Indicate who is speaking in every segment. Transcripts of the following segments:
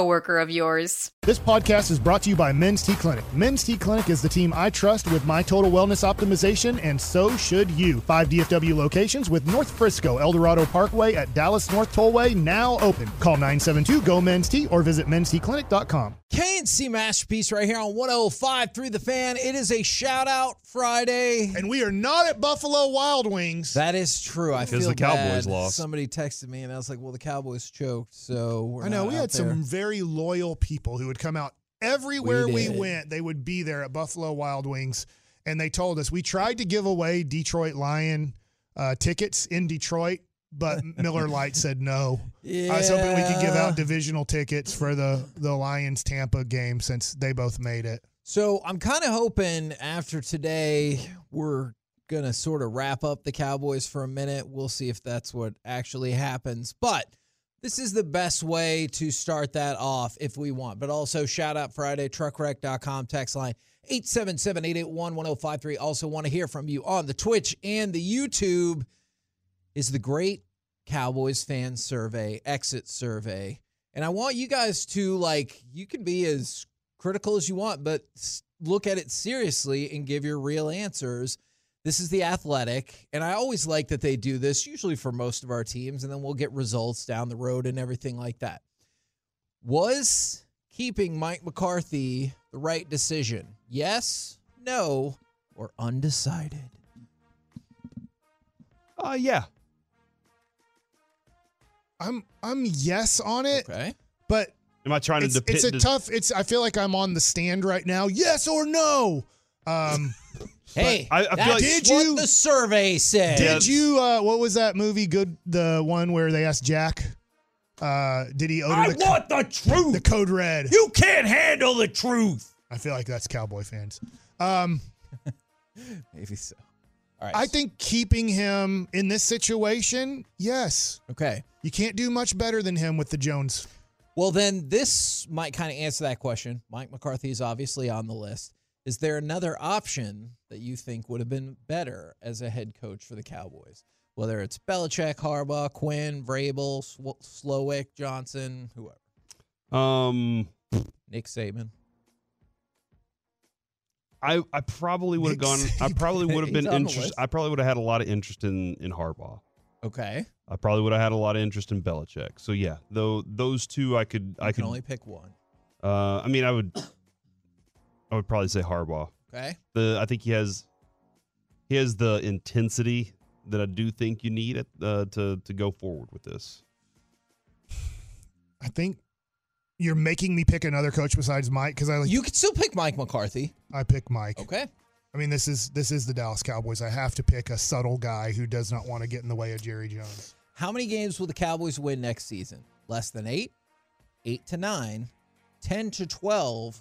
Speaker 1: of yours.
Speaker 2: This podcast is brought to you by Men's T Clinic. Men's T Clinic is the team I trust with my total wellness optimization, and so should you. Five DFW locations with North Frisco, Eldorado Parkway at Dallas North Tollway now open. Call 972 GO Men's T or visit mensteclinic.com.
Speaker 3: KNC Masterpiece right here on 105 through the fan. It is a shout out Friday.
Speaker 2: And we are not at Buffalo Wild Wings.
Speaker 3: That is true. I feel
Speaker 4: the Cowboys
Speaker 3: bad.
Speaker 4: lost.
Speaker 3: Somebody texted me and I was like, well, the Cowboys choked, so we're
Speaker 2: I know
Speaker 3: not
Speaker 2: we
Speaker 3: out
Speaker 2: had
Speaker 3: there.
Speaker 2: some very loyal people who would come out everywhere
Speaker 3: We
Speaker 2: we,
Speaker 3: did.
Speaker 2: went. They would be there at Buffalo Wild Wings, and they told us we tried to give away Detroit Lion uh, tickets in Detroit, but Miller Lite said no. I was hoping we could give
Speaker 3: Yeah.
Speaker 2: out divisional tickets for the the Lions Tampa game since they both made it.
Speaker 3: So I'm kind of hoping after today we're going to sort of wrap up the Cowboys for a minute. We'll see if that's what actually happens. But this is the best way to start that off if we want. But also, shout out Friday, truckwreck.com, text line 877 881 1053. Also, want to hear from you on the Twitch and the YouTube. Is the great Cowboys fan survey, exit survey. And I want you guys to, like, you can be as critical as you want, but s- look at it seriously and give your real answers. This is the athletic, and I always like that they do this, usually for most of our teams, and then we'll get results down the road and everything like that. Was keeping Mike McCarthy the right decision? Yes, no, or undecided?
Speaker 4: Uh, yeah.
Speaker 2: I'm I'm yes on it,
Speaker 3: Okay.
Speaker 2: Eh. but
Speaker 4: Am I trying
Speaker 2: it's,
Speaker 4: to depict?
Speaker 2: it's a tough. It's I feel like I'm on the stand right now. Yes or no. Um,
Speaker 3: Hey,
Speaker 4: I- I feel
Speaker 3: that's
Speaker 4: like-
Speaker 2: Did
Speaker 3: what
Speaker 2: you-
Speaker 3: the survey said.
Speaker 4: Yeah.
Speaker 2: Did you? Uh, what was that movie? Good, the one where they asked Jack. Uh, did he odor the, co-
Speaker 3: the truth.
Speaker 2: the code red?
Speaker 3: You can't handle the truth.
Speaker 2: I feel like that's cowboy fans. Um,
Speaker 3: Maybe so. All right.
Speaker 2: I think keeping him in this situation, yes,
Speaker 3: Okay.
Speaker 2: you can't do much better than him with the Jones.
Speaker 3: Well, then this might kind of answer that question. Mike McCarthy is obviously on the list. Is there another option that you think would have been better as a head coach for the Cowboys? Whether it's Belichick, Harbaugh, Quinn, Vrabel, Sw- Slowick, Johnson, whoever,
Speaker 4: um,
Speaker 3: Nick Saban.
Speaker 4: I I probably would have
Speaker 2: Nick
Speaker 4: gone. I
Speaker 2: Saban.
Speaker 4: probably would have
Speaker 3: He's
Speaker 4: been
Speaker 3: on the
Speaker 4: interested.
Speaker 3: list.
Speaker 4: I probably would have had a lot of interest in in Harbaugh.
Speaker 3: Okay.
Speaker 4: I probably would have had a lot of interest in Belichick. So yeah, though those two, I could.
Speaker 3: You
Speaker 4: I
Speaker 3: can
Speaker 4: could.
Speaker 3: only pick one.
Speaker 4: uh, I mean, I would. I would probably say Harbaugh.
Speaker 3: Okay.
Speaker 4: The I think he has. He has the intensity that I do think you need at, uh, to to go forward with this.
Speaker 2: I think you're making me pick another coach besides Mike because I like
Speaker 3: You could still pick Mike McCarthy.
Speaker 2: I pick Mike.
Speaker 3: Okay.
Speaker 2: I mean, this is this is the Dallas Cowboys. I have to pick a subtle guy who does not want to get in the way of Jerry Jones.
Speaker 3: How many games will the Cowboys win next season? Less than eight, eight to nine, 10 to 12,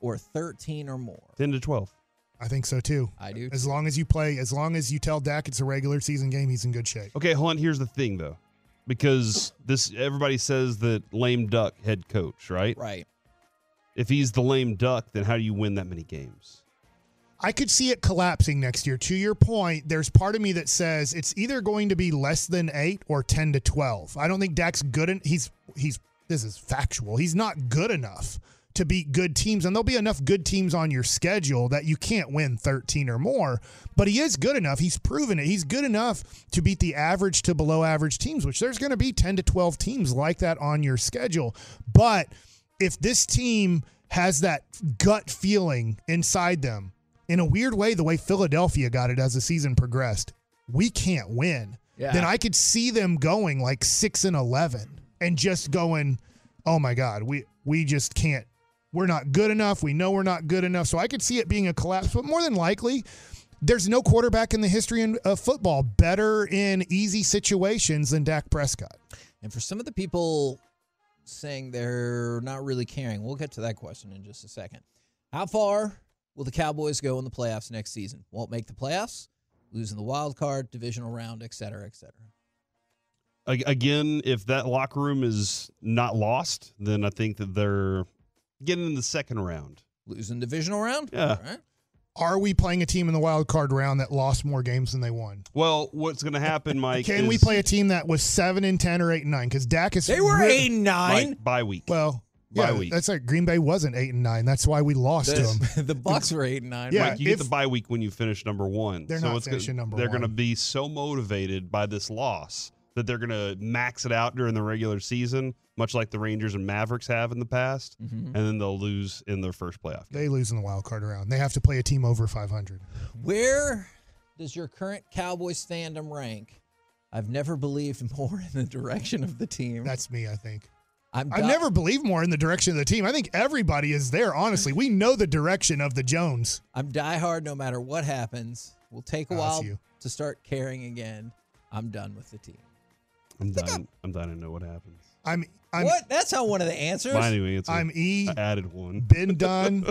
Speaker 3: or 13 or more?
Speaker 4: Ten to twelve.
Speaker 2: I think so too.
Speaker 3: I do.
Speaker 2: As long as you play, as long as you tell Dak it's a regular season game, he's in good shape.
Speaker 4: Okay, hold on. Here's the thing, though, because this everybody says that lame duck head coach, right?
Speaker 3: Right.
Speaker 4: If he's the lame duck, then how do you win that many games?
Speaker 2: I could see it collapsing next year. To your point, there's part of me that says it's either going to be less than eight or ten to twelve. I don't think Dak's good. En- he's he's this is factual. He's not good enough to beat good teams, and there'll be enough good teams on your schedule that you can't win thirteen or more. But he is good enough. He's proven it. He's good enough to beat the average to below average teams, which there's going to be ten to twelve teams like that on your schedule. But if this team has that gut feeling inside them in a weird way, the way Philadelphia got it as the season progressed, we can't win.
Speaker 3: Yeah.
Speaker 2: Then I could see them going like six and eleven and just going, oh my god, we we just can't. We're not good enough. We know we're not good enough. So I could see it being a collapse, but more than likely, there's no quarterback in the history in- of football better in easy situations than Dak Prescott.
Speaker 3: And for some of the people saying they're not really caring. We'll get to that question in just a second. How far will the Cowboys go in the playoffs next season? Won't make the playoffs, losing the wild card, divisional round, et cetera, et cetera.
Speaker 4: A- Again, if that locker room is not lost, then I think that they're getting in the second round.
Speaker 3: Losing divisional round?
Speaker 4: Yeah.
Speaker 3: All right.
Speaker 2: Are we playing a team in the wild card round that lost more games than they won?
Speaker 4: Well, what's going to happen, Mike?
Speaker 2: Can we
Speaker 4: is,
Speaker 2: play a team that was seven and ten or eight and nine? Because Dak is
Speaker 3: They were
Speaker 2: re-
Speaker 3: eight and nine.
Speaker 4: like, bye week?
Speaker 2: Well,
Speaker 4: Bye
Speaker 2: yeah,
Speaker 4: week.
Speaker 2: that's like Green Bay wasn't eight and nine. That's why we lost to them.
Speaker 3: the, the Bucks were eight and nine.
Speaker 2: Yeah.
Speaker 4: Like, you
Speaker 2: if-
Speaker 4: get the bye week when you finish number one.
Speaker 2: They're
Speaker 4: so
Speaker 2: not
Speaker 4: it's gonna-
Speaker 2: finishing number
Speaker 4: They're going to
Speaker 2: one.
Speaker 4: be so motivated by this loss that they're going to max it out during the regular season, much like the Rangers and Mavericks have in the past,
Speaker 3: Mhm.
Speaker 4: and then they'll lose in their first playoff game.
Speaker 2: They lose in the wild card round. They have to play a team over five hundred.
Speaker 3: Where does your current Cowboys fandom rank? I've never believed more in the direction of the team.
Speaker 2: That's me, I think.
Speaker 3: I'm
Speaker 2: I've
Speaker 3: di-
Speaker 2: never believed more in the direction of the team. I think everybody is there. Honestly, we know the direction of the Jones.
Speaker 3: I'm diehard no matter what happens. Will take a
Speaker 2: Oh, that's
Speaker 3: while
Speaker 2: you.
Speaker 3: to start caring again. I'm done with the team.
Speaker 4: I'm dying. I'm dying to know what happens.
Speaker 2: I'm I'm
Speaker 3: what? That's not one of the answers.
Speaker 4: My new answer.
Speaker 2: I'm E.
Speaker 4: I added one.
Speaker 2: been done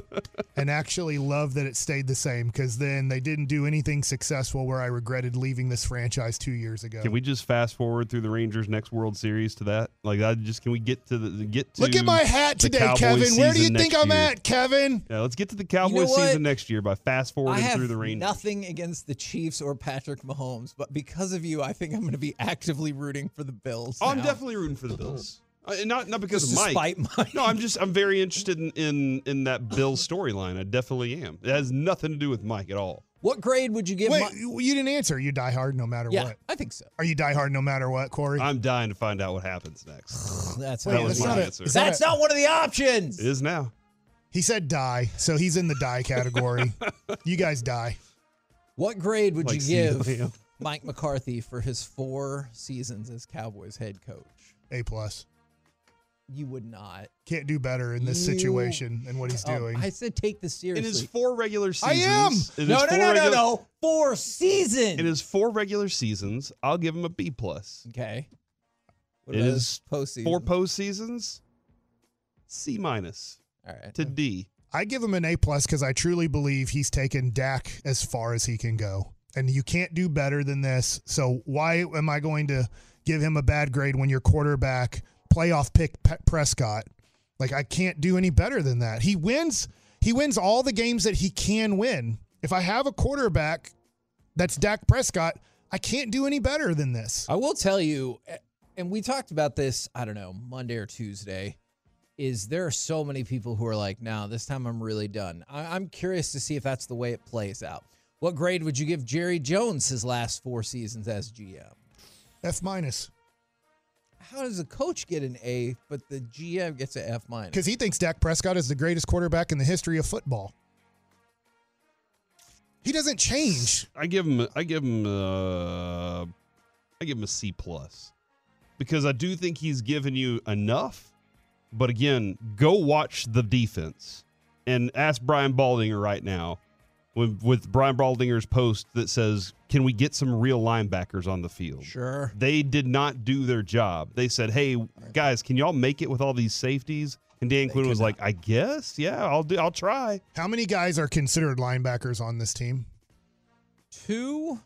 Speaker 2: and actually love that it stayed the same because then they didn't do anything successful where I regretted leaving this franchise two years ago.
Speaker 4: Can we just fast forward through the Rangers' next World Series to that? Like, I just can we get to the get to
Speaker 2: Look at my hat
Speaker 4: the
Speaker 2: today,
Speaker 4: Cowboys
Speaker 2: Kevin. Where do you
Speaker 4: season
Speaker 2: think
Speaker 4: next
Speaker 2: I'm
Speaker 4: year?
Speaker 2: at, Kevin?
Speaker 4: Yeah, let's get to the Cowboys
Speaker 3: what?
Speaker 4: season next year by fast
Speaker 3: I
Speaker 4: forwarding
Speaker 3: have
Speaker 4: through the Rangers.
Speaker 3: nothing against the Chiefs or Patrick Mahomes, but because of you, I think I'm going to be actively rooting for the Bills.
Speaker 4: Oh, I'm
Speaker 3: now.
Speaker 4: definitely rooting for the Bills. Uh, and not not because
Speaker 3: Mm-hmm. Just
Speaker 4: of Mike.
Speaker 3: despite Mike.
Speaker 4: No, I'm just I'm very interested in in, in that Bill storyline. I definitely am. It has nothing to do with Mike at all.
Speaker 3: What grade would you give?
Speaker 2: Wait,
Speaker 3: Mi-
Speaker 2: you didn't answer. You die hard no matter
Speaker 3: yeah,
Speaker 2: what.
Speaker 3: I think so.
Speaker 2: Are you die hard no matter what, Corey?
Speaker 4: I'm dying to find out what happens next.
Speaker 3: That's
Speaker 2: Wait,
Speaker 3: how it
Speaker 4: was
Speaker 2: that's
Speaker 3: is.
Speaker 4: my
Speaker 2: not a-
Speaker 4: answer.
Speaker 2: is that
Speaker 3: That's
Speaker 2: a-
Speaker 3: not one of the options.
Speaker 4: It is now.
Speaker 2: he said die, so he's in the die category. you guys die.
Speaker 3: What grade would
Speaker 4: Like
Speaker 3: you
Speaker 4: Steve
Speaker 3: give
Speaker 4: Lamb.
Speaker 3: Mike McCarthy for his four seasons as Cowboys head coach?
Speaker 2: A plus.
Speaker 3: You would not.
Speaker 2: Can't do better in this
Speaker 3: You-
Speaker 2: situation than what he's
Speaker 3: Oh,
Speaker 2: doing.
Speaker 3: I said take this
Speaker 4: In his
Speaker 3: seriously.
Speaker 4: four regular
Speaker 2: I
Speaker 4: seasons.
Speaker 2: am!
Speaker 4: in
Speaker 3: no,
Speaker 4: his
Speaker 3: no,
Speaker 4: four
Speaker 3: no, no,
Speaker 4: regu-
Speaker 3: no. Four seasons.
Speaker 4: In his four regular seasons, I'll give him a B plus.
Speaker 3: okay. What
Speaker 4: It
Speaker 3: about
Speaker 4: is
Speaker 3: his postseason?
Speaker 4: Four postseasons, C minus
Speaker 3: All right.
Speaker 4: to D.
Speaker 2: I give him an A plus because I truly believe he's taken Dak as far as he can go, and you can't do better than this. So why am I going to give him a bad grade when your quarterback playoff pick Pe- Prescott? Like I can't do any better than that. He wins. He wins all the games that he can win. If I have a quarterback that's Dak Prescott, I can't do any better than this.
Speaker 3: I will tell you, eh, and we talked about this, I don't know, Monday or Tuesday, is there are so many people who are like, no, this time I'm really done. I- I'm curious to see if that's the way it plays out. What grade would you give Jerry Jones his last four seasons as GM?
Speaker 2: F minus
Speaker 3: How does the coach get an A, but the GM gets an F minus?
Speaker 2: because he thinks Dak Prescott is the greatest quarterback in the history of football. He doesn't change.
Speaker 4: I give him. I give him. Uh, I give him a C plus because I do think he's given you enough. But again, go watch the defense and ask Brian Baldinger right now. With, with Brian Baldinger's post that says, "Can we get some real linebackers on the field?"
Speaker 3: Sure.
Speaker 4: They did not do their job. They said, "Hey guys, can y'all make it with all these safeties?" And Dan Quinn was like, "I guess, yeah, I'll do. I'll try."
Speaker 2: How many guys are considered linebackers on this team?
Speaker 3: Two?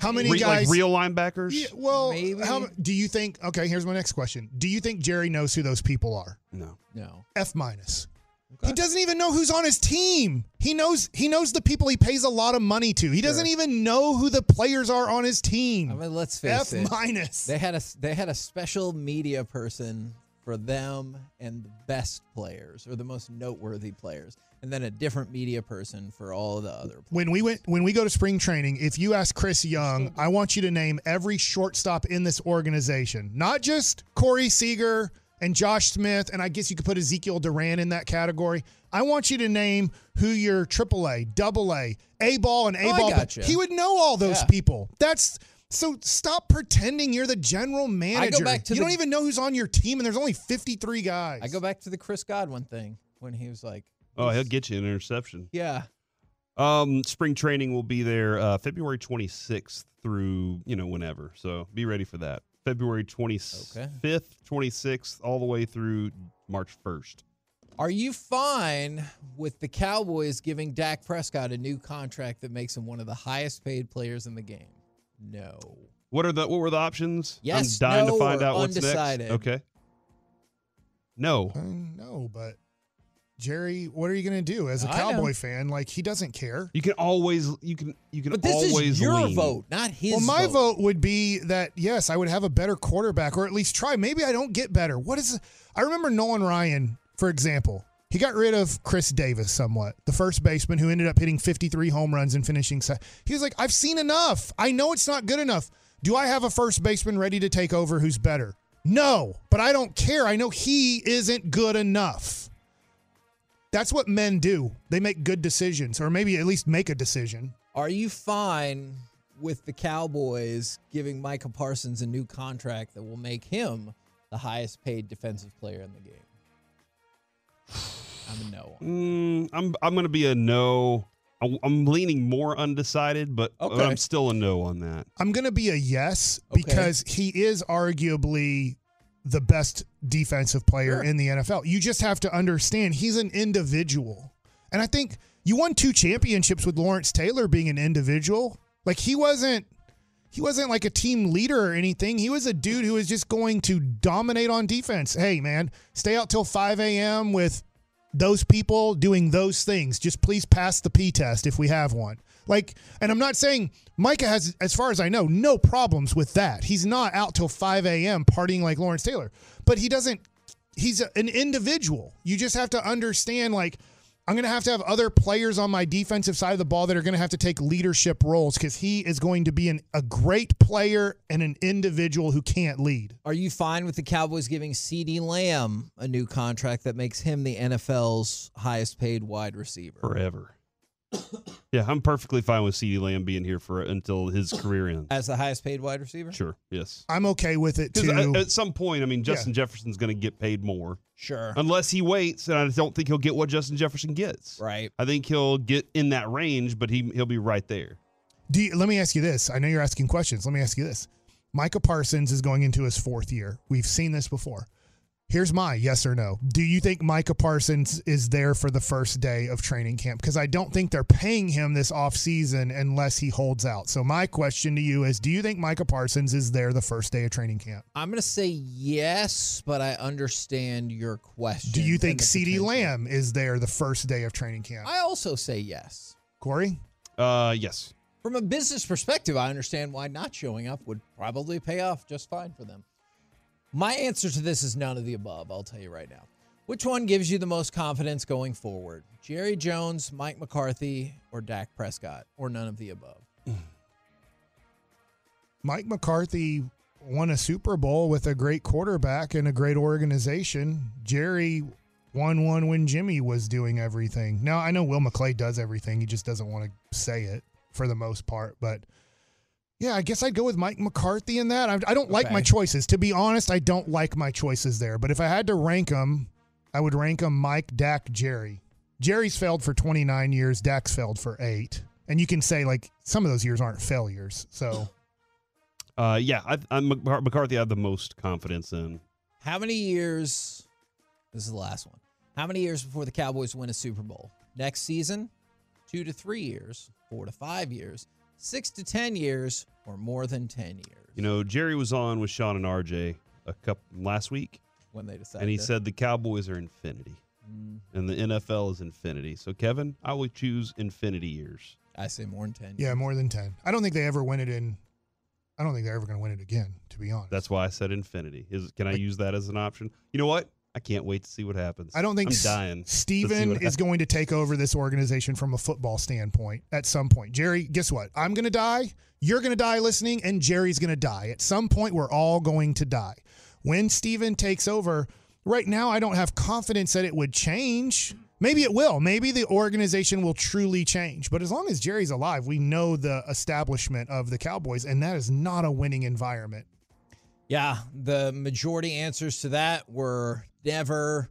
Speaker 2: How many
Speaker 4: Re-
Speaker 2: guys?
Speaker 4: like real linebackers.
Speaker 2: Yeah, well,
Speaker 3: Maybe.
Speaker 2: how do you think? Okay, here's my next question. Do you think Jerry knows who those people are?
Speaker 4: No.
Speaker 3: No.
Speaker 2: F minus.
Speaker 3: Okay.
Speaker 2: He doesn't even know who's on his team. He knows he knows the people he pays a lot of money to. He doesn't even know who the players are on his team.
Speaker 3: I mean, let's
Speaker 2: F
Speaker 3: face it.
Speaker 2: minus.
Speaker 3: They had a they had a special media person for them and the best players or the most noteworthy players, and then a different media person for all the other. Players.
Speaker 2: When we went when we go to spring training, if you ask Chris Young, I want you to name every shortstop in this organization, not just Corey Seager and Josh Smith, and I guess you could put Ezekiel Duran in that category. I want you to name who your AAA, AA, A ball, and A ball.
Speaker 3: Oh, gotcha.
Speaker 2: He would know all those
Speaker 3: Yeah.
Speaker 2: people. That's so. Stop pretending you're the general manager.
Speaker 3: back to
Speaker 2: you
Speaker 3: the-
Speaker 2: don't even know who's on your team, and there's only 53 guys.
Speaker 3: I go back to the Chris Godwin thing when he was like,
Speaker 4: Oh, he'll get you an interception.
Speaker 3: "Yeah,
Speaker 4: Um, spring training will be there uh, February 26th through you know whenever. So be ready for that. February 25th, 26th, all the way through March 1st.
Speaker 3: Are you fine with the Cowboys giving Dak Prescott a new contract that makes him one of the highest paid players in the game? No.
Speaker 4: What are the what were the options?
Speaker 3: Yes,
Speaker 4: I'm dying
Speaker 3: no,
Speaker 4: to find
Speaker 3: or
Speaker 4: out what's
Speaker 3: undecided.
Speaker 4: next. Okay. No.
Speaker 2: I know, but Jerry, what are you going to do as a
Speaker 3: I know.
Speaker 2: Cowboy fan? Like he doesn't care.
Speaker 4: You can always you can you can
Speaker 3: But this
Speaker 4: always
Speaker 3: is your
Speaker 4: lean.
Speaker 3: vote, not his
Speaker 2: well, my vote. would be that yes, I would have a better quarterback, or at least try. Maybe I don't get better. What is? I remember Nolan Ryan, for example. He got rid of Chris Davis somewhat, the first baseman who ended up hitting 53 home runs and finishing. se- He was like, "I've seen enough. I know it's not good enough. Do I have a first baseman ready to take over who's better? No, but I don't care. I know he isn't good enough." That's what men do. They make good decisions, or maybe at least make a decision.
Speaker 3: Are you fine with the Cowboys giving Micah Parsons a new contract that will make him the highest paid defensive player in the game? I'm a no. on it.
Speaker 4: Mm, I'm I'm gonna be a no. I- I'm leaning more undecided, but, but
Speaker 3: Okay.
Speaker 4: I'm still a no on that.
Speaker 2: I'm going to be a yes
Speaker 3: Okay.
Speaker 2: because he is arguably the best defensive player
Speaker 3: Sure.
Speaker 2: in the NFL. You just have to understand he's an individual. And I think you won two championships with Lawrence Taylor being an individual. Like he wasn't he wasn't like a team leader or anything. He was a dude who was just going to dominate on defense. Hey man, stay out till 5 a.m. with those people doing those things. Just please pass the P test if we have one. Like, and I'm not saying Micah has, as far as I know, no problems with that. He's not out till 5 a.m. partying like Lawrence Taylor, but he doesn't, he's a- an individual. You just have to understand, like, I'm going to have to have other players on my defensive side of the ball that are going to have to take leadership roles because he is going to be an, a great player and an individual who can't lead.
Speaker 3: Are you fine with the Cowboys giving CD Lamb a new contract that makes him the NFL's highest paid wide receiver?
Speaker 4: Forever. yeah, I'm perfectly fine with CeeDee Lamb being here for until his career ends.
Speaker 3: As the highest paid wide receiver?
Speaker 4: Sure. Yes.
Speaker 2: I'm okay with it
Speaker 4: Because uh,
Speaker 2: too.
Speaker 4: at some point, I mean, Justin Jefferson's going to get paid more
Speaker 2: Um,
Speaker 3: Sure.
Speaker 4: unless he waits, and I don't think he'll get what Justin Jefferson gets.
Speaker 3: Right.
Speaker 4: I think he'll get in that range, but he he'll be right there.
Speaker 2: Do you, let me ask you this. I know you're asking questions. Let me ask you this. Micah Parsons is going into his fourth year. We've seen this before. Here's my yes or no. Do you think Micah Parsons is there for the first day of training camp? Because I don't think they're paying him this offseason unless he holds out. So, my question to you is Do you think Micah Parsons is there the first day of training camp?
Speaker 3: I'm going to say yes, but I understand your question.
Speaker 2: Do you
Speaker 3: and
Speaker 2: think
Speaker 3: the
Speaker 2: CeeDee
Speaker 3: potential.
Speaker 2: Lamb is there the first day of training camp?
Speaker 3: I also say yes.
Speaker 2: Corey?
Speaker 4: Uh, yes.
Speaker 3: From a business perspective, I understand why not showing up would probably pay off just fine for them. My answer to this is none of the above, I'll tell you right now. Which one gives you the most confidence going forward? Jerry Jones, Mike McCarthy, or Dak Prescott, or none of the above?
Speaker 2: Mike McCarthy won a Super Bowl with a great quarterback and a great organization. Jerry won one when Jimmy was doing everything. Now, I know Will McClay does everything. He just doesn't want to say it for the most part. But yeah, I guess I'd go with Mike McCarthy in that. I, I don't like
Speaker 3: Okay.
Speaker 2: my choices. To be honest, I don't like my choices there. But if I had to rank them, I would rank them Mike, Dak, Jerry. Jerry's failed for 29 years, Dak's failed for eight. And you can say, like, some of those years aren't failures. So.
Speaker 4: Uh, yeah. I, I'm Mc- McCarthy. I have the most confidence in.
Speaker 3: How many years? This is the last one. How many years before the Cowboys win a Super Bowl? Next season? Two to three years, four to five years, six to 10 years, or more than 10 years
Speaker 4: You know, Jerry was on with Sean and RJ a cup last week,
Speaker 3: when they decide.
Speaker 4: and he
Speaker 3: to-
Speaker 4: said the Cowboys are infinity,
Speaker 3: Mm,
Speaker 4: and the NFL is infinity. So, Kevin, I would choose infinity years.
Speaker 3: I say more than 10
Speaker 2: Yeah, more than ten. I don't think they ever win it in. I don't think they're ever going to win it again. To be honest,
Speaker 4: That's why I said infinity. Is can I use that as an option? You know what? I can't wait to see what happens.
Speaker 2: I don't think
Speaker 4: I'm
Speaker 2: S-
Speaker 4: dying.
Speaker 2: Steven
Speaker 4: what
Speaker 2: is going to take over this organization from a football standpoint at some point. Jerry, guess what? I'm going to die. You're going to die listening, and Jerry's going to die. At some point, we're all going to die. When Steven takes over, right now, I don't have confidence that it would change. Maybe it will. Maybe the organization will truly change. But as long as Jerry's alive, we know the establishment of the Cowboys, and that is not a winning environment.
Speaker 3: Yeah, the majority answers to that were never,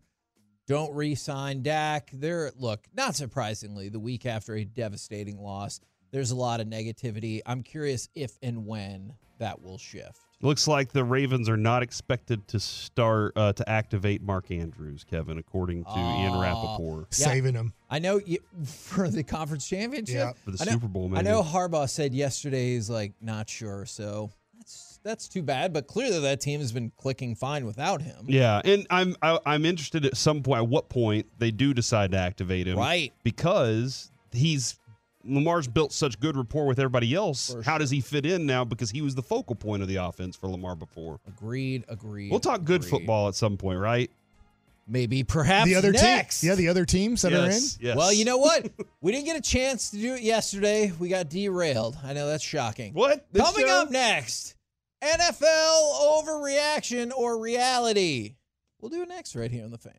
Speaker 3: don't re-sign Dak. There, look, not surprisingly, the week after a devastating loss, there's a lot of negativity. I'm curious if and when that will shift.
Speaker 4: Looks like the Ravens are not expected to start uh, to activate Mark Andrews, Kevin, according to Ian
Speaker 3: Aw.
Speaker 4: Rappaport
Speaker 3: Yeah.
Speaker 2: saving him.
Speaker 3: I know you, for the conference championship.
Speaker 2: Yeah.
Speaker 4: for the
Speaker 3: I know-
Speaker 4: Super Bowl. Maybe.
Speaker 3: I know Harbaugh said yesterday he's like not sure, so that's that's too bad. But clearly that team has been clicking fine without him.
Speaker 4: Yeah, and I'm I, I'm interested at some point at what point they do decide to activate him,
Speaker 3: Right.
Speaker 4: Because he's Lamar's built such good rapport with everybody else.
Speaker 3: For
Speaker 4: How
Speaker 3: sure.
Speaker 4: does he fit in now? Because he was the focal point of the offense for Lamar before.
Speaker 3: Agreed. Agreed.
Speaker 4: We'll talk good
Speaker 3: agreed.
Speaker 4: football at some point, right?
Speaker 3: Maybe perhaps
Speaker 2: the other
Speaker 3: next.
Speaker 2: team, yeah, the other teams that are in.
Speaker 4: yes, yes.
Speaker 3: Well, you know what? we didn't get a chance to do it yesterday. We got derailed. I know that's shocking.
Speaker 4: what This
Speaker 3: Coming
Speaker 4: show?
Speaker 3: up next, NFL overreaction or reality. We'll do it next right here on the fan.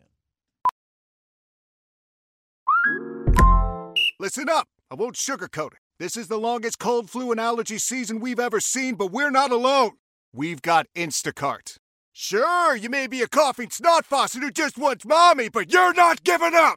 Speaker 5: Listen up. I won't sugarcoat it. This is the longest cold flu and allergy season we've ever seen, but we're not alone. We've got Instacart. Sure, you may be a coughing snot faucet who just wants mommy, but you're not giving up!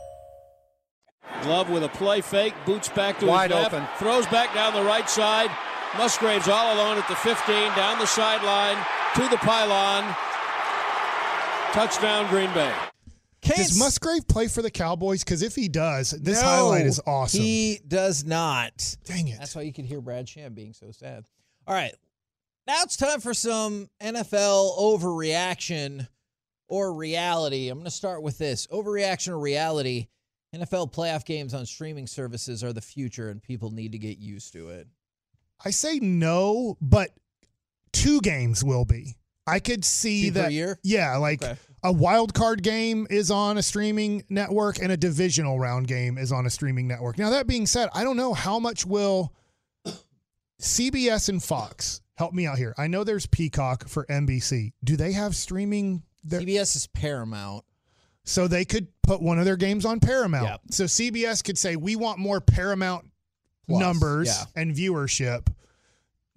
Speaker 6: Love with a play fake, boots back to
Speaker 5: Wide
Speaker 6: his left,
Speaker 5: open.
Speaker 6: throws back down the right side. Musgraves all alone at the 15, down the sideline to the pylon. Touchdown, Green Bay.
Speaker 3: Can't
Speaker 2: Does Musgrave play for the Cowboys? Because if he does, this
Speaker 3: No,
Speaker 2: highlight is awesome.
Speaker 3: He does not.
Speaker 2: Dang it.
Speaker 3: That's why you could hear Brad Sham being so sad. All right. Now it's time for some NFL overreaction or reality. I'm going to start with this overreaction or reality. NFL playoff games on streaming services are the future, and people need to get used to it.
Speaker 2: I say no, but two games will be. I could see
Speaker 3: Two per
Speaker 2: that.
Speaker 3: year?
Speaker 2: Yeah, like
Speaker 3: Okay.
Speaker 2: a wild card game is on a streaming network and a divisional round game is on a streaming network. Now that being said, I don't know how much will CBS and Fox help me out here. I know there's Peacock for NBC. Do they have streaming? There?
Speaker 3: CBS is Paramount.
Speaker 2: So they could put one of their games on Paramount.
Speaker 3: Yep.
Speaker 2: So CBS could say, we want more Paramount
Speaker 3: Plus,
Speaker 2: numbers
Speaker 3: yeah.
Speaker 2: and viewership.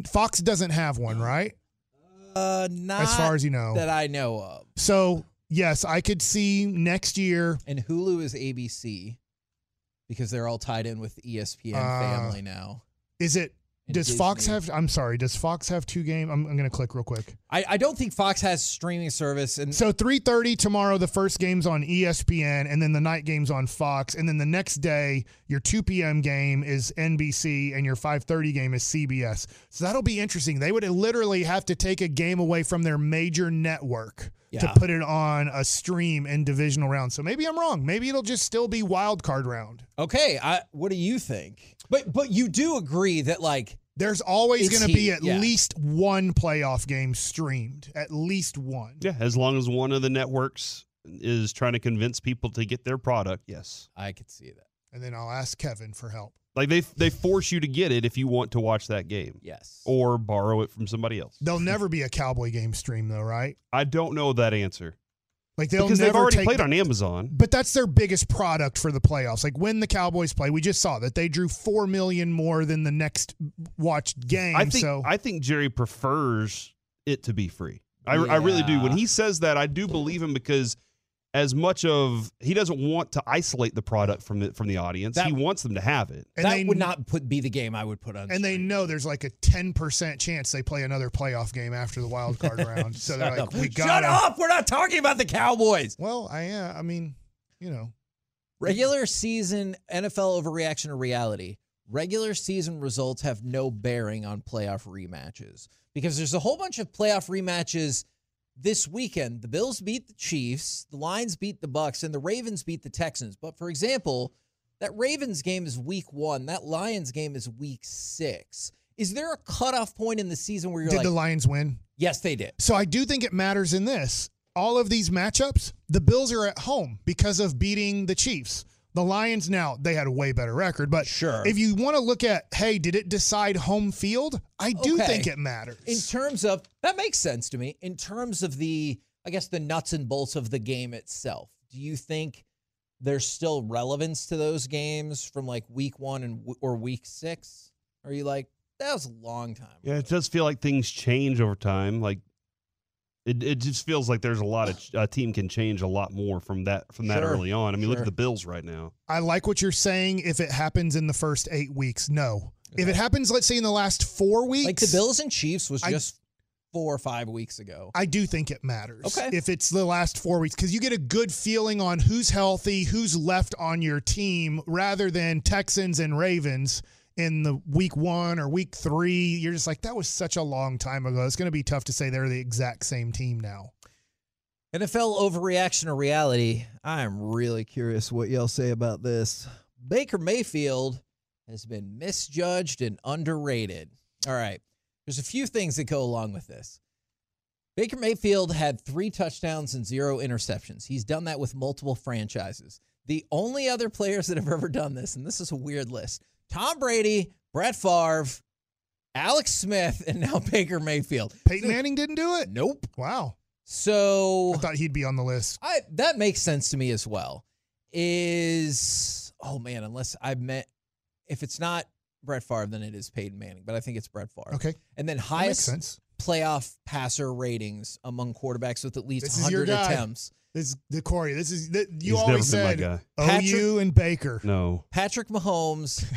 Speaker 2: Fox doesn't have one, right?
Speaker 3: Uh, not
Speaker 2: as far as you know.
Speaker 3: that I know of.
Speaker 2: so, yes, I could see next year.
Speaker 3: And Hulu is ABC because they're all tied in with E ESPN
Speaker 2: Uh,
Speaker 3: family now.
Speaker 2: Is it.
Speaker 3: And
Speaker 2: Does Fox
Speaker 3: Disney.
Speaker 2: have? I'm sorry. Does Fox have two game? I'm, I'm going to click real quick.
Speaker 3: I, I don't think Fox has streaming service, and
Speaker 2: So 3:30 tomorrow. The first game's on E ESPN, and then the night game's on Fox, and then the next day your 2 p.m. game is NBC, and your 5:30 game is CBS. So that'll be interesting. They would literally have to take a game away from their major network to
Speaker 3: Yeah.
Speaker 2: put it on a stream in divisional round. So maybe I'm wrong. Maybe it'll just still be wild card round.
Speaker 3: okay. I, what do you think? But but you do agree that like
Speaker 2: There's always
Speaker 3: It's
Speaker 2: going to
Speaker 3: heat,
Speaker 2: be at
Speaker 3: yeah.
Speaker 2: least one playoff game streamed. At least one.
Speaker 4: yeah, as long as one of the networks is trying to convince people to get their product, yes.
Speaker 3: I could see that.
Speaker 2: And then I'll ask Kevin for help.
Speaker 4: Like they they force you to get it if you want to watch that game
Speaker 3: Yes.
Speaker 4: or borrow it from somebody else.
Speaker 2: There'll never be a Cowboy game stream though, right?
Speaker 4: I don't know that answer
Speaker 2: Like they'll
Speaker 4: because
Speaker 2: never
Speaker 4: they've already
Speaker 2: take
Speaker 4: played
Speaker 2: the-
Speaker 4: on Amazon.
Speaker 2: But that's their biggest product for the playoffs. Like when the Cowboys play, we just saw that they drew four million more than the next watched game.
Speaker 4: I think
Speaker 2: so
Speaker 4: I think Jerry prefers it to be free. I, I really do. When
Speaker 3: Yeah.
Speaker 4: he says that, I do believe him because as much of he doesn't want to isolate the product from the from the audience.
Speaker 3: That-
Speaker 4: he wants them to have it.
Speaker 2: And
Speaker 3: that
Speaker 2: they-
Speaker 3: would not put be the game I would put on.
Speaker 2: And they
Speaker 3: screen.
Speaker 2: know there's like a 10% chance they play another playoff game after the wild card round. So they're
Speaker 3: Shut
Speaker 2: like,
Speaker 3: up.
Speaker 2: we got
Speaker 3: Shut up! We're not talking about the Cowboys.
Speaker 2: Well, I uh, I mean, you know,
Speaker 3: Regular season NFL overreaction to reality. Regular season results have no bearing on playoff rematches because there's a whole bunch of playoff rematches this weekend. The Bills beat the Chiefs, the Lions beat the Bucks, and the Ravens beat the Texans. But for example, that Ravens game is week one. That Lions game is week six. Is there a cutoff point in the season where you're
Speaker 2: did
Speaker 3: like,
Speaker 2: the Lions win?
Speaker 3: yes, they did?
Speaker 2: So I do think it matters in this. All of these matchups, the Bills are at home because of beating the Chiefs. The Lions now, they had a way better record, but
Speaker 3: Sure.
Speaker 2: if you want to look at, hey, did it decide home field? I do
Speaker 3: Okay.
Speaker 2: think it matters.
Speaker 3: in terms of that makes sense to me in terms of the i guess the nuts and bolts of the game itself do you think there's still relevance to those games from like week one and w- or week six are you like that was a long time
Speaker 4: Yeah, it
Speaker 3: ago.
Speaker 4: does feel like things change over time. Like it, it just feels like there's a lot of a team can change a lot more from that from that
Speaker 3: Sure.
Speaker 4: early on. I mean, look
Speaker 3: Sure.
Speaker 4: at the Bills right now.
Speaker 2: I like what you're saying if it happens in the first eight weeks. No. If
Speaker 3: Okay.
Speaker 2: it happens, let's say in the last four weeks.
Speaker 3: like the bills and chiefs was
Speaker 2: I-
Speaker 3: just four or five weeks ago
Speaker 2: I do think it matters.
Speaker 3: Okay.
Speaker 2: If it's the last four weeks, because you get a good feeling on who's healthy, who's left on your team, rather than Texans and Ravens in the week one or week three. You're just like, that was such a long time ago. It's going to be tough to say they're the exact same team now.
Speaker 3: NFL overreaction or reality? I'm really curious what y'all say about this. Baker Mayfield has been misjudged and underrated. All right. There's a few things that go along with this. Baker Mayfield had three touchdowns and zero interceptions. He's done that with multiple franchises. The only other players that have ever done this, and this is a weird list Tom Brady, Brett Favre, Alex Smith, and now Baker Mayfield.
Speaker 2: Peyton Manning didn't do it.
Speaker 3: Nope.
Speaker 2: Wow.
Speaker 3: So
Speaker 2: I thought he'd be on the list.
Speaker 3: I that makes sense to me as well. Is oh man, unless I meant if it's not Brett Favre, then it is Peyton Manning, but I think it's Brett Favre.
Speaker 2: Okay.
Speaker 3: And then
Speaker 2: That makes
Speaker 3: highest
Speaker 2: sense.
Speaker 3: playoff passer ratings among quarterbacks with at least
Speaker 2: This is your
Speaker 3: 100
Speaker 2: guy.
Speaker 3: attempts.
Speaker 2: This is the Corey. This is that
Speaker 4: He's
Speaker 2: you
Speaker 4: never
Speaker 2: always
Speaker 4: been my
Speaker 2: said
Speaker 4: guy.
Speaker 2: OU and Baker.
Speaker 4: No,
Speaker 3: Patrick Mahomes,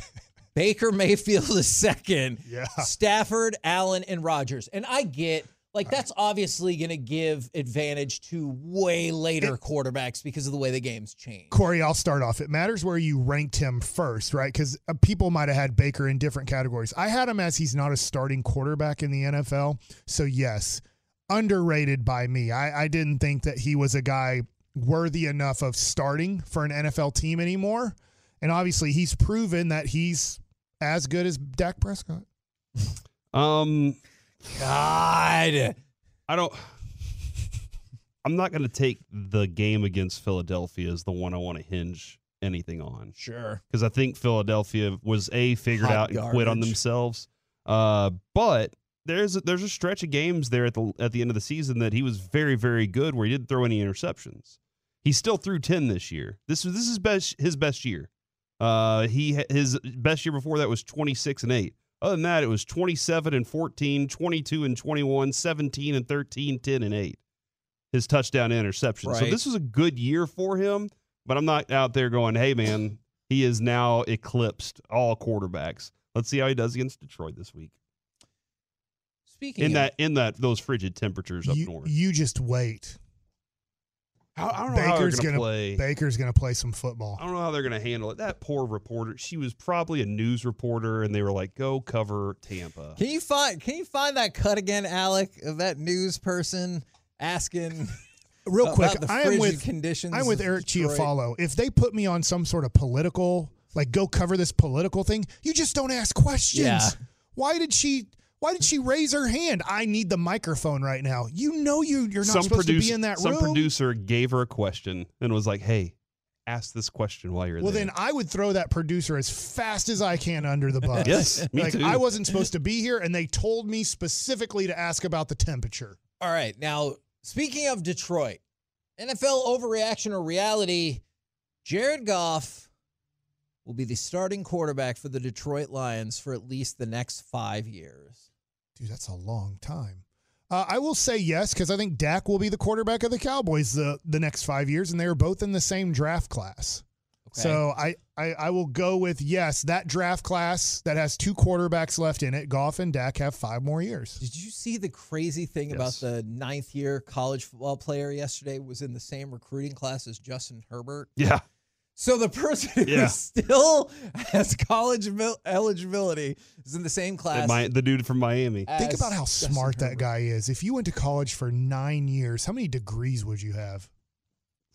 Speaker 3: Baker Mayfield is second,
Speaker 2: Yeah.
Speaker 3: Stafford, Allen, and Rodgers. And I get like that's obviously going to give advantage to way later quarterbacks because of the way the games change.
Speaker 2: Corey, I'll start off. It matters where you ranked him first, right? Because uh, people might have had Baker in different categories. I had him as he's not a starting quarterback in the NFL. So, yes, underrated by me. I, I didn't think that he was a guy worthy enough of starting for an NFL team anymore. And obviously, he's proven that he's as good as Dak Prescott.
Speaker 4: um,
Speaker 3: God.
Speaker 4: I don't. I'm not going to take the game against Philadelphia as the one I want to hinge anything on.
Speaker 3: Sure.
Speaker 4: because I think Philadelphia was a figured
Speaker 3: Hot
Speaker 4: out and quit on
Speaker 3: garbage.
Speaker 4: themselves. Uh, but there's a, there's a stretch of games there at the at the end of the season that he was very very good where he didn't throw any interceptions. He still threw ten this year. This was this is best his best year. Uh, he ha- his best year before that was 26 and 8. Other than that, it was 27 and 14, 22 and 21, 17 and 13, 10 and 8. His touchdown and interception. So
Speaker 3: Right.
Speaker 4: this was a good year for him, but I'm not out there going, "Hey man, he is now eclipsed all quarterbacks." Let's see how he does against Detroit this week.
Speaker 3: Speaking
Speaker 4: In
Speaker 3: of,
Speaker 4: that in that those frigid temperatures up
Speaker 2: You,
Speaker 4: north.
Speaker 2: you just wait.
Speaker 4: How- I don't know how they're
Speaker 2: Baker's
Speaker 4: going
Speaker 2: gonna-
Speaker 4: to play.
Speaker 2: Baker's going to play some
Speaker 4: I
Speaker 2: football.
Speaker 4: don't know how they're going to handle it. That poor reporter, she was probably a news reporter, and they were like, "Go cover Tampa."
Speaker 3: can you find can you find that cut again, Alec, of that news person asking
Speaker 2: Real
Speaker 3: about
Speaker 2: quick,
Speaker 3: the
Speaker 2: I am
Speaker 3: frigid
Speaker 2: with
Speaker 3: conditions?
Speaker 2: I'm with
Speaker 3: of
Speaker 2: Eric
Speaker 3: Detroit?
Speaker 2: Chiafalo. If they put me on some sort of political, like go cover this political thing, you just don't ask questions.
Speaker 3: Yeah.
Speaker 2: Why did she? Why did she raise her hand? I need the microphone right now. You know you you're not
Speaker 4: some
Speaker 2: supposed
Speaker 4: producer,
Speaker 2: to be in that
Speaker 4: some
Speaker 2: room.
Speaker 4: producer gave her a question and was like, "Hey, ask this question while you're
Speaker 2: well,
Speaker 4: there."
Speaker 2: then I would throw that producer as fast as I can under the bus.
Speaker 4: Yes, me
Speaker 2: like
Speaker 4: too.
Speaker 2: I wasn't supposed to be here, and they told me specifically to ask about the temperature.
Speaker 3: All right. Now, speaking of Detroit, NFL overreaction or reality, Jared Goff will be the starting quarterback for the Detroit Lions for at least the next five years.
Speaker 2: Dude, that's a long time. Uh, I will say yes because I think Dak will be the quarterback of the Cowboys the the next five years, and they are both in the same draft class. So I, I I will go with yes. That draft class that has two quarterbacks left in it, Goff and Dak have five more years.
Speaker 3: Did you see the crazy thing about
Speaker 4: Yes.
Speaker 3: the ninth year college football player yesterday was in the same recruiting class as Justin Herbert?
Speaker 4: Yeah.
Speaker 3: So the person who
Speaker 4: Yeah.
Speaker 3: still has college mil- eligibility is in the same class.
Speaker 4: That Mi- the dude from Miami.
Speaker 2: Think
Speaker 3: as
Speaker 2: about how
Speaker 3: Justin
Speaker 2: smart that
Speaker 3: Herbert.
Speaker 2: guy is. If you went to college for nine years, how many degrees would you have?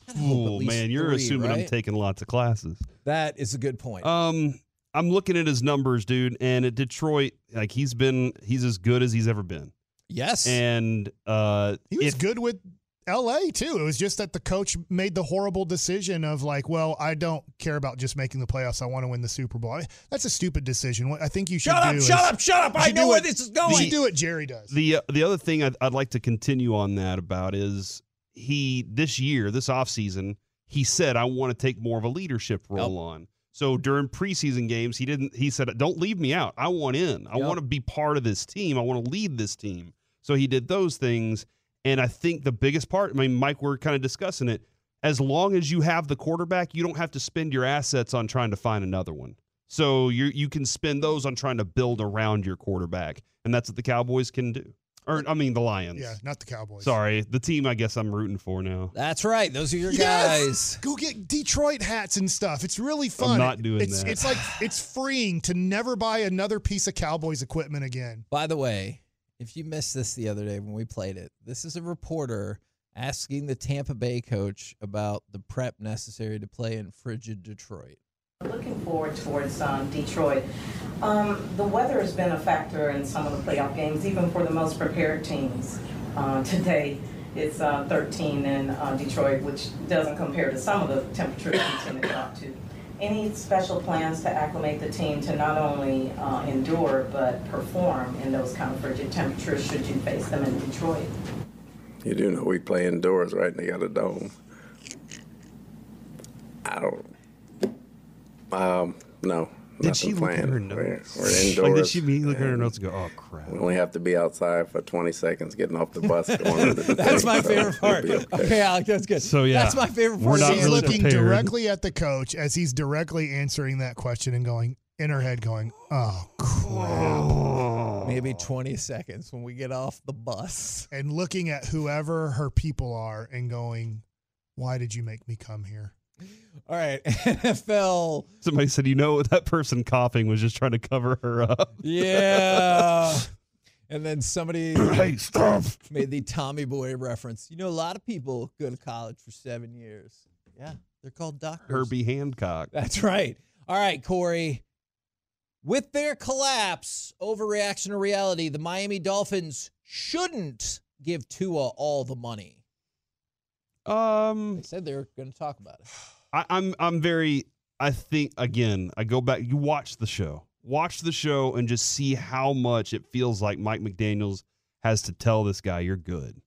Speaker 3: hope at
Speaker 4: Oh
Speaker 3: least
Speaker 4: man, you're
Speaker 3: three,
Speaker 4: assuming I'm
Speaker 3: right?
Speaker 4: taking lots of classes.
Speaker 3: That is a good point.
Speaker 4: Um, I'm looking at his numbers, dude, and at Detroit, like he's been, he's as good as he's ever been.
Speaker 3: yes.
Speaker 4: And uh,
Speaker 2: He was
Speaker 4: if-
Speaker 2: good with L.A. too. It was just that the coach made the horrible decision of like, well, I don't care about just making the playoffs. I want to win the Super Bowl. I- That's a stupid decision. What I think you should
Speaker 3: shut
Speaker 2: do
Speaker 3: up,
Speaker 2: is-
Speaker 3: shut up, shut up.
Speaker 2: You
Speaker 3: I
Speaker 2: should
Speaker 3: know
Speaker 2: do
Speaker 3: where
Speaker 2: it.
Speaker 3: this is
Speaker 2: You should
Speaker 3: going.
Speaker 2: do what Jerry does.
Speaker 4: The uh, the other thing I'd, I'd like to continue on that about is he this year this offseason, he said I want to take more of a leadership role on. So during preseason games he didn't he said don't leave me out. I want in. I
Speaker 3: Yep.
Speaker 4: want to be part of this team. I want to lead this team. So he did those things and I think the biggest part I mean Mike we're kind of discussing it as long as you have the quarterback you don't have to spend your assets on trying to find another one. So you you can spend those on trying to build around your quarterback, and that's what the Cowboys can do. Or I mean the Lions.
Speaker 2: yeah, not the Cowboys.
Speaker 4: Sorry, the team I guess I'm rooting for now.
Speaker 3: That's right. Those are your
Speaker 2: Yes!
Speaker 3: guys.
Speaker 2: Go get Detroit hats and stuff. It's really fun.
Speaker 4: not doing
Speaker 2: it's,
Speaker 4: that.
Speaker 2: It's like it's freeing to never buy another piece of Cowboys equipment again.
Speaker 3: By the way, if you missed this the other day when we played it, this is a reporter asking the Tampa Bay coach about the prep necessary to play in frigid Detroit.
Speaker 7: Looking forward towards um, Detroit. Um, the weather has been a factor in some of the playoff games, even for the most prepared teams. Uh, today, it's uh, 13 in uh, Detroit, which doesn't compare to some of the temperatures we tend to drop to. Any special plans to acclimate the team to not only uh, endure but perform in those kind of frigid temperatures should you face them in Detroit?
Speaker 8: You do know we play indoors, right? And they got a dome. I don't. Um, no.
Speaker 4: Did she
Speaker 8: nothing
Speaker 4: look at
Speaker 8: planned.
Speaker 4: her notes?
Speaker 8: We're, we're
Speaker 4: Like
Speaker 8: indoors.
Speaker 4: did she immediately look at her notes and go, "Oh crap"?
Speaker 8: We only have to be outside for 20 seconds getting off the bus. Going to the
Speaker 3: That's
Speaker 8: thing,
Speaker 3: my
Speaker 8: so
Speaker 3: favorite part.
Speaker 8: we'll be okay.
Speaker 3: Okay, Alec, that's good.
Speaker 4: So, yeah,
Speaker 3: that's my favorite
Speaker 4: we're
Speaker 3: part.
Speaker 4: not
Speaker 2: She's
Speaker 4: really
Speaker 2: looking
Speaker 4: prepared.
Speaker 2: directly at the coach as he's directly answering that question and going in her head, going, "Oh crap,"
Speaker 3: Maybe 20 seconds when we get off the bus.
Speaker 2: and looking at whoever her people are and going, "Why did you make me come here?"
Speaker 3: All right, NFL.
Speaker 4: Somebody said, "You know that person coughing was just trying to cover her up."
Speaker 3: Yeah. and then somebody
Speaker 4: hey, stop!
Speaker 3: made the Tommy Boy reference. You know, a lot of people go to college for seven years. Yeah, they're called doctors.
Speaker 4: Herbie Hancock.
Speaker 3: That's right. All right, Corey. With their collapse, overreaction to reality, the Miami Dolphins shouldn't give Tua all the money.
Speaker 4: Um,
Speaker 3: They said they were going to talk about it.
Speaker 4: I, I'm I'm very I think again, I go back you watch the show. Watch the show and just see how much it feels like Mike McDaniels has to tell this guy you're good.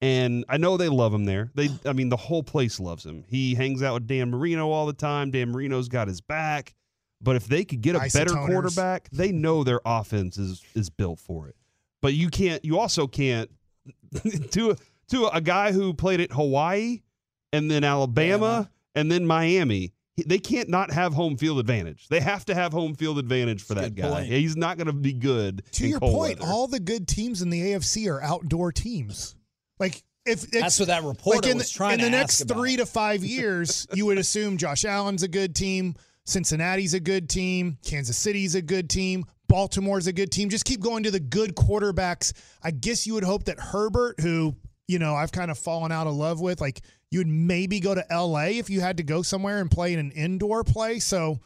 Speaker 4: And I know they love him there. They I mean the whole place loves him. He hangs out with Dan Marino all the time. Dan Marino's got his back. But if they could get a better
Speaker 2: Isotoners.
Speaker 4: quarterback, they know their offense is is built for it. But you can't you also can't to to a guy who played at Hawaii and then Alabama
Speaker 3: Alabama.
Speaker 4: and then Miami. he- They can't not have home field advantage. They have to have home field advantage for
Speaker 3: That's a
Speaker 4: that
Speaker 3: good
Speaker 4: guy.
Speaker 3: point.
Speaker 4: He's not going to be good.
Speaker 2: To
Speaker 4: in
Speaker 2: your
Speaker 4: cold
Speaker 2: point,
Speaker 4: weather.
Speaker 2: all the good teams in the AFC are outdoor teams. Like if it's,
Speaker 3: That's what that reporter
Speaker 2: in
Speaker 3: was
Speaker 2: the,
Speaker 3: trying
Speaker 2: in
Speaker 3: to
Speaker 2: the
Speaker 3: ask
Speaker 2: next three
Speaker 3: about.
Speaker 2: to five years, you would assume Josh Allen's a good team, Cincinnati's a good team, Kansas City's a good team, Baltimore's a good team. Just keep going to the good quarterbacks. I guess you would hope that Herbert, who you know I've kind of fallen out of love with, like you would maybe go to L.A. if you had to go somewhere and play in an indoor play. So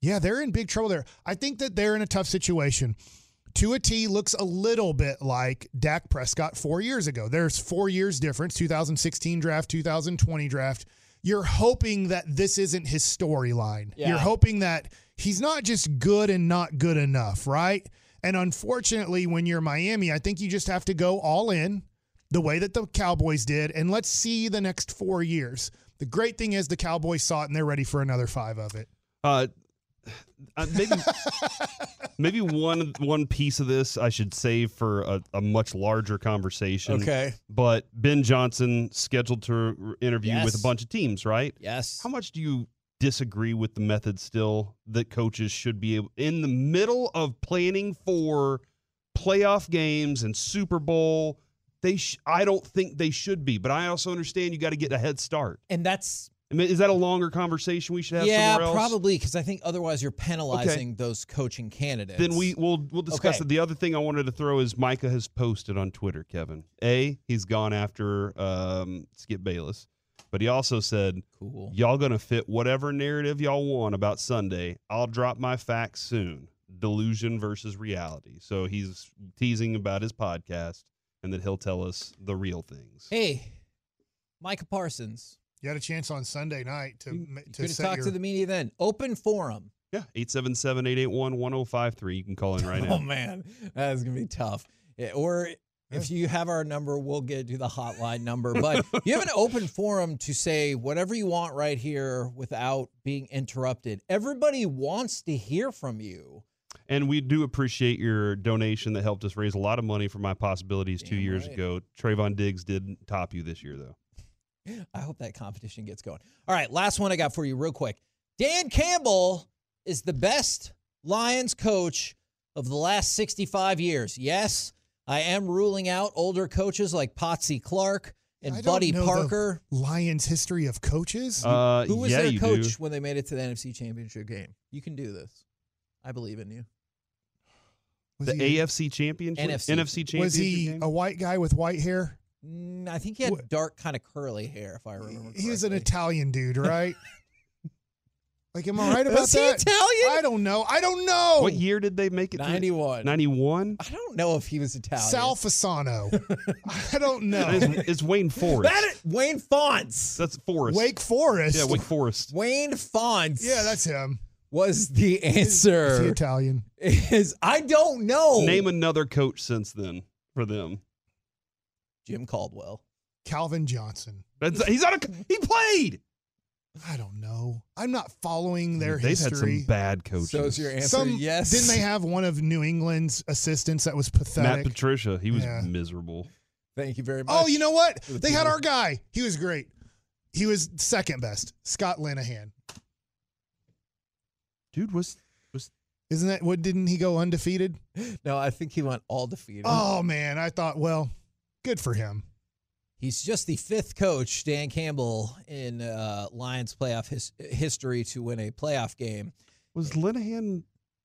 Speaker 2: yeah, they're in big trouble there. I think that they're in a tough situation. Tua T looks a little bit like Dak Prescott four years ago. There's four years difference 2016 draft, 2020 draft. You're hoping that this isn't his storyline.
Speaker 3: Yeah.
Speaker 2: You're hoping that he's not just good and not good enough, right? And unfortunately, when you're Miami, I think you just have to go all in the way that the Cowboys did, and let's see the next four years. The great thing is the Cowboys saw it and they're ready for another five of it.
Speaker 4: Uh, uh, maybe maybe one one piece of this I should save for a, a much larger conversation.
Speaker 3: Okay.
Speaker 4: But Ben Johnson scheduled to r- interview with a
Speaker 3: Yes.
Speaker 4: bunch of teams, right?
Speaker 3: Yes.
Speaker 4: How much do you disagree with the method still that coaches should be able, in the middle of planning for playoff games and Super Bowl? They sh- I don't think they should be, but I also understand you got to get a head start.
Speaker 3: And that's
Speaker 4: I mean, is that a longer conversation we should have
Speaker 3: yeah,
Speaker 4: somewhere else?
Speaker 3: probably because I think otherwise you're penalizing those coaching candidates.
Speaker 4: Then we will we'll discuss
Speaker 3: Okay.
Speaker 4: it. The other thing I wanted to throw is Micah has posted on Twitter, Kevin. A, he's gone after um, Skip Bayless, but he also said,
Speaker 3: Cool.
Speaker 4: "Y'all gonna fit whatever narrative y'all want about Sunday. I'll drop my facts soon. Delusion versus reality." So he's teasing about his podcast and that he'll tell us the real things.
Speaker 3: Hey, Micah Parsons.
Speaker 2: You had a chance on Sunday night to ma-
Speaker 3: You
Speaker 2: to
Speaker 3: could have
Speaker 2: set
Speaker 3: talked
Speaker 2: your,
Speaker 3: to the media then. Open forum.
Speaker 4: Yeah, 877-881-1053. You can call in right now.
Speaker 3: Oh man, that is gonna be tough. Yeah, or if you have our number, we'll get you the hotline number. But you have an open forum to say whatever you want right here without being interrupted. Everybody wants to hear from you.
Speaker 4: And we do appreciate your donation that helped us raise a lot of money for my possibilities two
Speaker 3: Damn
Speaker 4: years
Speaker 3: right.
Speaker 4: ago. Trayvon Diggs did top you this year, though.
Speaker 3: I hope that competition gets going. All right, last one I got for you, real quick. Dan Campbell is the best Lions coach of the last 65 years. Yes, I am ruling out older coaches like Potsy Clark and
Speaker 2: I don't
Speaker 3: Buddy
Speaker 2: know the
Speaker 3: Parker.
Speaker 2: Lions history of coaches.
Speaker 4: Uh,
Speaker 3: Who was
Speaker 4: yeah,
Speaker 3: their
Speaker 4: you
Speaker 3: coach
Speaker 4: do.
Speaker 3: when they made it to the NFC Championship game? You can do this. I believe in you.
Speaker 2: Was
Speaker 4: The
Speaker 2: he-
Speaker 4: AFC championship,
Speaker 3: NFC.
Speaker 4: championship.
Speaker 2: was he
Speaker 4: game?
Speaker 2: a white guy with white hair?
Speaker 3: Mm, I think he had
Speaker 2: What-
Speaker 3: dark, kind of curly hair, if I remember.
Speaker 2: He was an
Speaker 3: correctly.
Speaker 2: Italian dude, right? like, am I right about
Speaker 3: Was he
Speaker 2: that?
Speaker 3: Italian?
Speaker 2: I don't know. I don't know.
Speaker 4: What year did they make it?
Speaker 3: Ninety-one.
Speaker 4: Ninety-one.
Speaker 3: I don't know if he was Italian.
Speaker 2: Sal Fasano. I don't know.
Speaker 4: It's, it's Wayne Forrest.
Speaker 3: That is- Wayne Fonts.
Speaker 4: That's Forrest.
Speaker 2: Wake Forest.
Speaker 4: Yeah, Wake Forrest.
Speaker 3: Wayne Fonts.
Speaker 2: Yeah, that's him.
Speaker 3: was the
Speaker 2: Is he
Speaker 3: answer.
Speaker 2: Italian?
Speaker 3: Is I don't know.
Speaker 4: Name another coach since then for them.
Speaker 3: Jim Caldwell.
Speaker 2: Calvin Johnson.
Speaker 4: That's, he's not a. He played.
Speaker 2: I don't know. I'm not following their
Speaker 4: They've had
Speaker 2: history.
Speaker 4: some bad coaches.
Speaker 3: So is your answer yes?
Speaker 2: Didn't they have one of New England's assistants that was pathetic?
Speaker 4: Matt Patricia. He was
Speaker 2: Yeah.
Speaker 4: miserable.
Speaker 3: Thank you very much.
Speaker 2: oh, you know what?
Speaker 3: With
Speaker 2: They had
Speaker 3: people.
Speaker 2: our guy. He was great. He was second best. Scott Linehan.
Speaker 4: Dude was was
Speaker 2: Isn't that what? Didn't he go undefeated?
Speaker 3: No, I think he went all defeated.
Speaker 2: Oh man, I thought. Well, good for him.
Speaker 3: He's just the fifth coach, Dan Campbell, in uh, Lions playoff his- history to win a playoff game.
Speaker 4: Was Linehan?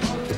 Speaker 9: the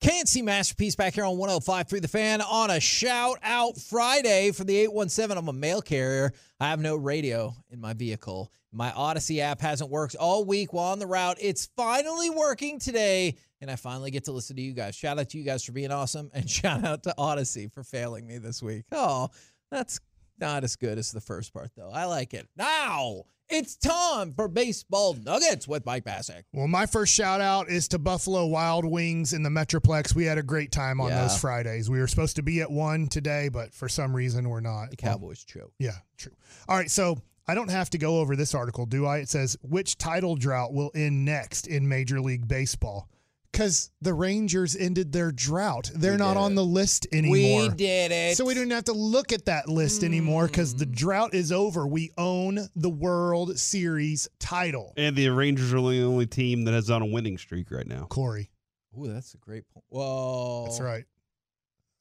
Speaker 3: KNC Masterpiece back here on 105.3 The Fan on a shout out Friday for the 817. I'm a mail carrier. I have no radio in my vehicle. My Odyssey app hasn't worked all week while on the route. It's finally working today, and I finally get to listen to you guys. Shout out to you guys for being awesome, and shout out to Odyssey for failing me this week. Oh, that's not as good as the first part, though. I like it. Now it's time for Baseball Nuggets with Mike Bassick.
Speaker 2: Well, my first shout out is to Buffalo Wild Wings in the Metroplex. We had a great time on
Speaker 3: Yeah.
Speaker 2: those Fridays. We were supposed to be at one today, but for some reason we're not. The
Speaker 3: Cowboys choke.
Speaker 2: Yeah, true. All right, so I don't have to go over this article, do I? It says which title drought will end next in Major League Baseball. Because the Rangers ended their drought. They're not on the list anymore.
Speaker 3: We did it.
Speaker 2: So we didn't have to look at that list anymore because
Speaker 4: Mm.
Speaker 2: the drought is over. We own the World Series title.
Speaker 4: And the Rangers are the only team that is on a winning streak right now.
Speaker 2: Corey.
Speaker 3: Ooh, that's a great point. Whoa.
Speaker 2: That's right.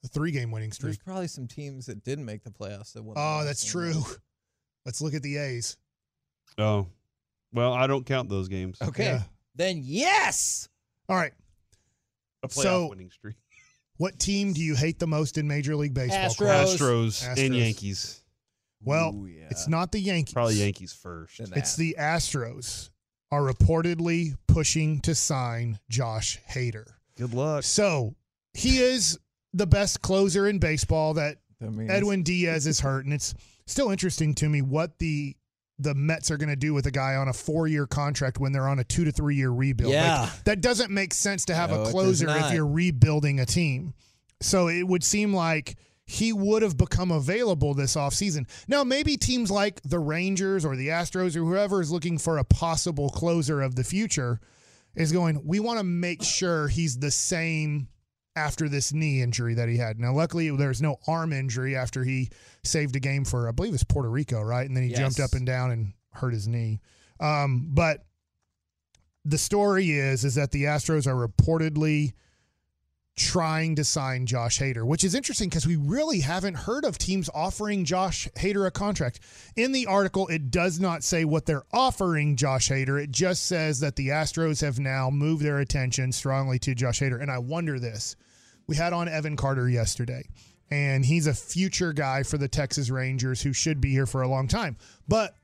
Speaker 2: A three game winning
Speaker 3: There's
Speaker 2: streak.
Speaker 3: probably some teams that didn't make the playoffs that won. the
Speaker 2: Oh,
Speaker 3: last
Speaker 2: that's
Speaker 3: game.
Speaker 2: true. Let's look at the A's.
Speaker 4: Oh, well, I don't count those games.
Speaker 3: Okay.
Speaker 2: Yeah.
Speaker 3: Then yes.
Speaker 2: All right.
Speaker 4: a playoff
Speaker 2: So-
Speaker 4: winning streak.
Speaker 2: What team do you hate the most in Major League Baseball? Corey?
Speaker 4: Astros, and Yankees.
Speaker 2: Well, it's not the Yankees.
Speaker 4: Probably Yankees first.
Speaker 2: It's the Astros are reportedly pushing to sign Josh Hader.
Speaker 4: Good luck.
Speaker 2: So he is the best closer in baseball. That
Speaker 3: means-
Speaker 2: Edwin Diaz is hurt, and it's still interesting to me what the the Mets are going to do with a guy on a four year contract when they're on a two to three year rebuild. Like,
Speaker 3: Yeah.
Speaker 2: that doesn't make sense to have
Speaker 3: No, it
Speaker 2: a
Speaker 3: does
Speaker 2: closer if
Speaker 3: not.
Speaker 2: you're rebuilding a team. So it would seem like he would have become available this offseason. Now, maybe teams like the Rangers or the Astros or whoever is looking for a possible closer of the future is going, we want to make sure he's the same after this knee injury that he had. Now, luckily, there's no arm injury after he saved a game for, I believe it's Puerto Rico, right? And then he jumped
Speaker 3: Yes.
Speaker 2: up and down and hurt his knee. Um, but the story is is that the Astros are reportedly trying to sign Josh Hader, which is interesting because we really haven't heard of teams offering Josh Hader a contract. In the article, it does not say what they're offering Josh Hader. It just says that the Astros have now moved their attention strongly to Josh Hader. And I wonder this. We had on Evan Carter yesterday, and he's a future guy for the Texas Rangers who should be here for a long time. But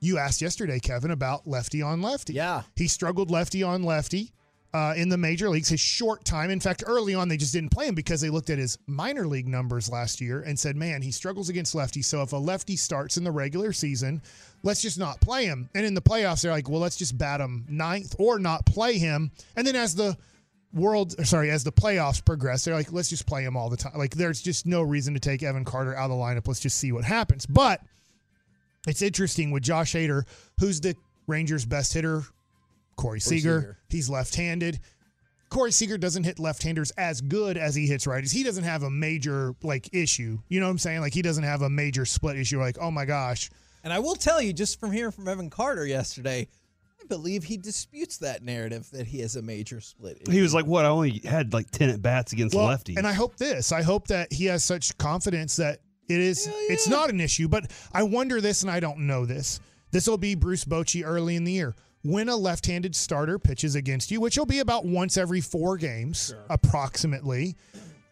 Speaker 2: you asked yesterday, Kevin, about lefty on lefty. Yeah. He struggled lefty on lefty uh, in the major leagues his short time. In fact, early on, they just didn't play him because they looked at his minor league numbers last year and said, man, he struggles against lefty. So if a lefty starts in the regular season, let's just not play him. And in the playoffs, they're like, well, let's just bat him ninth or not play him. And then as the world or sorry as the playoffs progress they're like let's just play him all the time like there's just no reason to take evan carter out of the lineup let's just see what happens but it's interesting with Josh Hader, who's the Rangers' best hitter, Corey Seager.
Speaker 3: Seager.
Speaker 2: He's left-handed. Corey Seager doesn't hit left-handers as good as he hits righties. He doesn't have a major like issue. You know what I'm saying? Like he doesn't have a major split issue. Like oh my gosh,
Speaker 3: And I will tell you, just from hearing from Evan Carter yesterday, I believe he disputes that narrative that he has a major split. issue.
Speaker 4: He was like, "What? I only had like ten at bats against
Speaker 2: Well,
Speaker 4: lefties."
Speaker 2: And I hope this. I hope that he has such confidence that it is it's not an issue. But I wonder this and I don't know this. This will be Bruce Bochy early in the year. when a left-handed starter pitches against you, which will be about once every four games, approximately.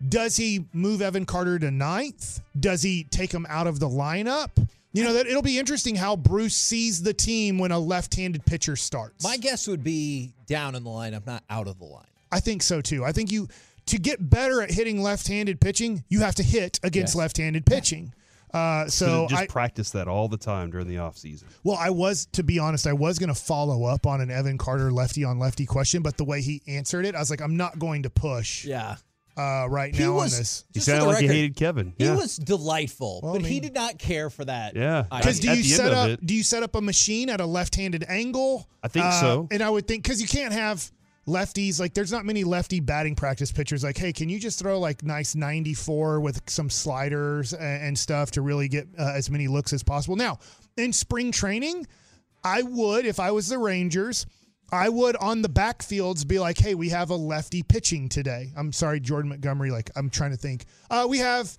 Speaker 2: Does he move Evan Carter to ninth? Does he take him out of the lineup? You know that it'll be interesting how Bruce sees the team when a left-handed pitcher starts.
Speaker 3: My guess would be down in the lineup, not out of the lineup.
Speaker 2: I think so too. I think you to get better at hitting left-handed pitching, you have to hit against
Speaker 4: Yes.
Speaker 2: left-handed pitching. Uh, so
Speaker 4: just
Speaker 2: I,
Speaker 4: practice that all the time during the offseason.
Speaker 2: well, I was to be honest, I was going to follow up on an Evan Carter lefty on lefty question, but the way he answered it, I was like, I'm not going to push.
Speaker 3: Yeah.
Speaker 2: Uh, right now on this,
Speaker 4: He sounded like he hated Kevin.
Speaker 3: He
Speaker 4: yeah.
Speaker 3: was delightful,
Speaker 2: Well, I
Speaker 3: but he
Speaker 2: mean-
Speaker 3: did not care for that.
Speaker 4: Yeah.
Speaker 3: I-
Speaker 2: Because do
Speaker 4: At
Speaker 2: you
Speaker 4: the end
Speaker 2: set
Speaker 4: of
Speaker 2: up
Speaker 4: it-
Speaker 2: do you set up a machine at a left-handed angle? Uh,
Speaker 4: I think so.
Speaker 2: And I would think because you can't have lefties like there's not many lefty batting practice pitchers. Like, hey, can you just throw like nice 94 with some sliders and, and stuff to really get uh, as many looks as possible? Now in spring training, I would if I was the Rangers. I would on the backfields be like, hey, we have a lefty pitching today. I'm sorry, Jordan Montgomery. Like, I'm trying to think. Uh, we have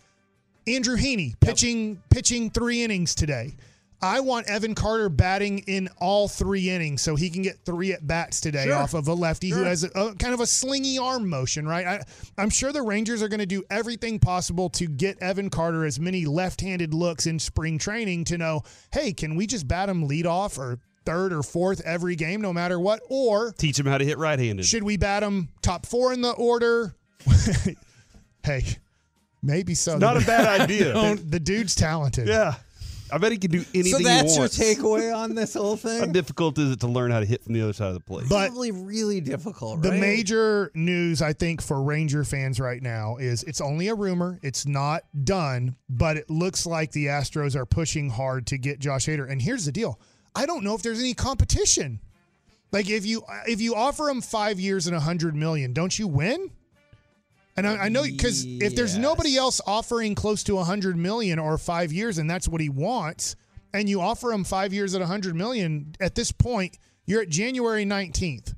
Speaker 2: Andrew Heaney pitching pitching three innings today. I want Evan Carter batting in all three innings so he can get three at bats today
Speaker 10: Sure.
Speaker 2: off of a lefty who
Speaker 10: Sure.
Speaker 2: has a, a kind of a slingy arm motion, right? I, I'm sure the Rangers are going to do everything possible to get Evan Carter as many left-handed looks in spring training to know, hey, can we just bat him lead off or third or fourth every game, no matter what, or
Speaker 4: Teach him how to hit right handed.
Speaker 2: should we bat him top four in the order? hey, maybe so.
Speaker 4: Not a bad idea.
Speaker 2: the, the dude's talented.
Speaker 4: Yeah. I bet he can do anything he wants.
Speaker 3: takeaway on this whole
Speaker 4: How
Speaker 3: thing?
Speaker 4: difficult is it to learn how to hit from the other side of the plate?
Speaker 3: Probably really difficult,
Speaker 2: The
Speaker 3: right?
Speaker 2: major news I think for Ranger fans right now is it's only a rumor. It's not done, but it looks like the Astros are pushing hard to get Josh Hader. And here's the deal: I don't know if there's any competition. Like if you if you offer him five years and a hundred million, don't you win? And I, I know because if there's nobody else offering close to a hundred million or five years, and that's what he wants, and you offer him five years at a hundred million, at this point you're at January nineteenth.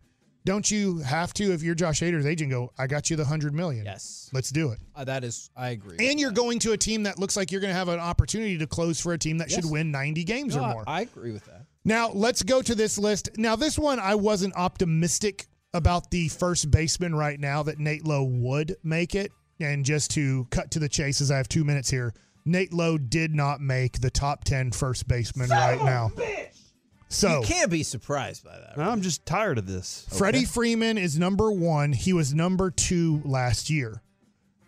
Speaker 2: Don't you have to, if you're Josh Hader's agent, go? I got you the hundred million.
Speaker 3: Yes,
Speaker 2: let's do it.
Speaker 3: Uh, that is, I agree.
Speaker 2: And you're going to a team that looks like you're going to have an opportunity to close for a team that should
Speaker 3: Yes.
Speaker 2: win ninety games
Speaker 3: No,
Speaker 2: or
Speaker 3: I-
Speaker 2: more.
Speaker 3: I agree with that.
Speaker 2: Now let's go to this list. Now this one I wasn't optimistic about the first baseman right now that Nate Lowe would make it. And just to cut to the chase, as I have two minutes here, Nate Lowe did not make the top 10 first baseman right now. So
Speaker 3: you can't be surprised by that.
Speaker 4: I'm just tired of this.
Speaker 2: Freddie Freeman is number one. He was number two last year.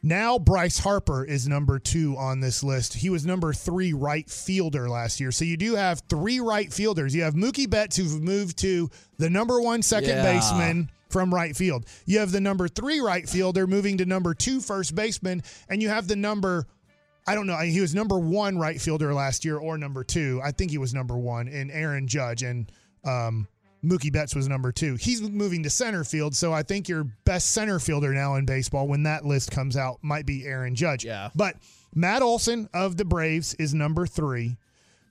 Speaker 2: Now Bryce Harper is number two on this list. He was number three right fielder last year. So you do have three right fielders. You have Mookie Betts, who've moved to the number one second
Speaker 10: Yeah.
Speaker 2: baseman from right field. You have the number three right fielder moving to number two first baseman, and you have the number I don't know. He was number one right fielder last year, or number two. I think he was number one in Aaron Judge, and um, Mookie Betts was number two. He's moving to center field, so I think your best center fielder now in baseball, when that list comes out, might be Aaron Judge. Yeah. But Matt Olson of the Braves is number three.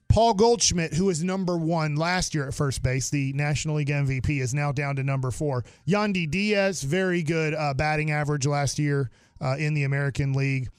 Speaker 2: Paul Goldschmidt, who was number one last year at first base, the National League MVP, is now down to number four. Yandy Diaz, very good uh, batting average last year uh, in the American League.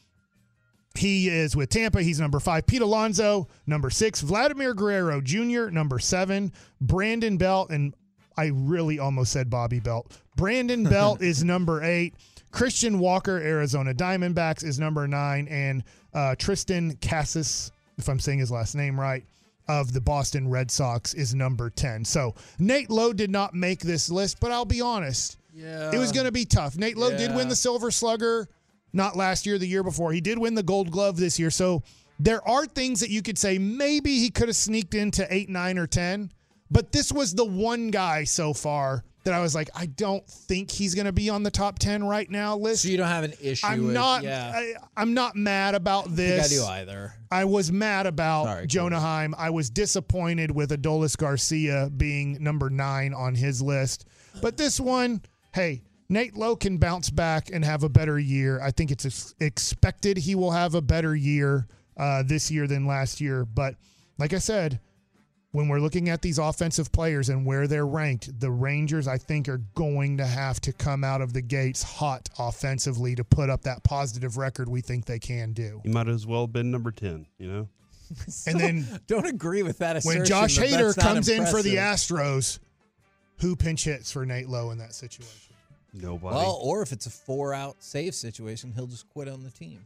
Speaker 2: He is with Tampa. He's number five. Pete Alonso, number six. Vladimir Guerrero Jr., number seven. Brandon Belt, and I really almost said Bobby Belt. Brandon Belt is number eight. Christian Walker, Arizona Diamondbacks, is number nine. And uh, Tristan Cassis, if I'm saying his last name right, of the Boston Red Sox is number 10. So Nate Lowe did not make this list, but I'll be honest.
Speaker 3: Yeah.
Speaker 2: It was going to be tough. Nate Lowe did
Speaker 3: Yeah.
Speaker 2: win the Silver Slugger, not last year, the year before. He did win the Gold Glove this year. So there are things that you could say maybe he could have sneaked into eight, nine, or 10. But this was the one guy so far that I was like, I don't think he's going to be on the top 10 right now list.
Speaker 3: So you don't have an issue.
Speaker 2: I'm
Speaker 3: with,
Speaker 2: not.
Speaker 3: Yeah.
Speaker 2: I, I'm not mad about
Speaker 3: think I
Speaker 2: this.
Speaker 3: do either.
Speaker 2: I was mad about Jonah Heim. I was disappointed with Adolis Garcia being number nine on his list. But this one, hey, Nate Lowe can bounce back and have a better year. I think it's ex- expected he will have a better year uh, this year than last year. But like I said, when we're looking at these offensive players and where they're ranked, the Rangers, I think, are going to have to come out of the gates hot offensively to put up that positive record we think they can do.
Speaker 4: He might as well have been number 10, you know?
Speaker 2: And then
Speaker 3: don't agree with that.
Speaker 2: when
Speaker 3: assertion
Speaker 2: Josh
Speaker 3: that
Speaker 2: Hader
Speaker 3: that's not
Speaker 2: comes in for the
Speaker 3: impressive.
Speaker 2: Astros, Who pinch hits for Nate Lowe in that situation?
Speaker 4: Nobody.
Speaker 3: Well, or if it's a four out save situation, he'll just quit on the team.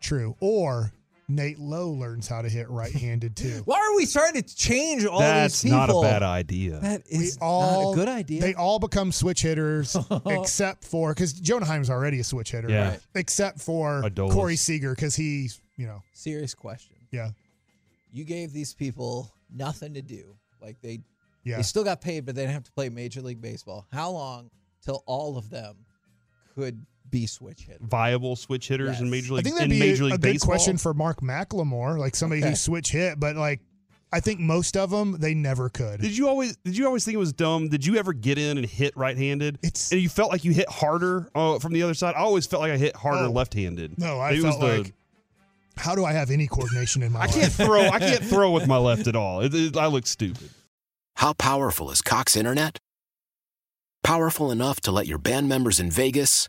Speaker 2: True. Or Nate Lowe learns how to hit right handed too.
Speaker 3: Why are we trying to change all
Speaker 4: That's
Speaker 3: these people?
Speaker 4: not a bad idea.
Speaker 3: That
Speaker 2: We
Speaker 3: is
Speaker 2: all-
Speaker 3: not a good idea.
Speaker 2: They all become switch hitters except for because Jonaheim's already a switch hitter.
Speaker 4: Yeah. Right.
Speaker 2: Except for
Speaker 4: Adolis.
Speaker 2: Corey Seager because he's, you know,
Speaker 3: Serious question.
Speaker 2: yeah.
Speaker 3: You gave these people nothing to do. Like they,
Speaker 2: Yeah.
Speaker 3: they still got paid, but they didn't have to play Major League Baseball. How long till all of them could be switch hitters?
Speaker 4: Viable switch hitters in
Speaker 3: Yes.
Speaker 4: Major
Speaker 2: I
Speaker 4: League
Speaker 2: think that'd
Speaker 4: in
Speaker 2: be
Speaker 4: Major
Speaker 2: a,
Speaker 4: League
Speaker 2: a good
Speaker 4: Baseball.
Speaker 2: question for Mark McLemore, like somebody
Speaker 3: Okay.
Speaker 2: who switch hit, but like I think most of them they never could.
Speaker 4: Did you always did you always think it was dumb? Did you ever get in and hit right-handed?
Speaker 2: It's-
Speaker 4: and you felt like you hit harder uh, from the other side. I always felt like I hit harder
Speaker 2: Oh.
Speaker 4: left-handed.
Speaker 2: No, I
Speaker 4: Maybe
Speaker 2: felt like how do I have any coordination in my
Speaker 4: I
Speaker 2: life?
Speaker 4: can't throw. I can't throw with my left at all. It, it, I look stupid.
Speaker 10: How powerful is Cox Internet? Powerful enough to let your band members in Vegas,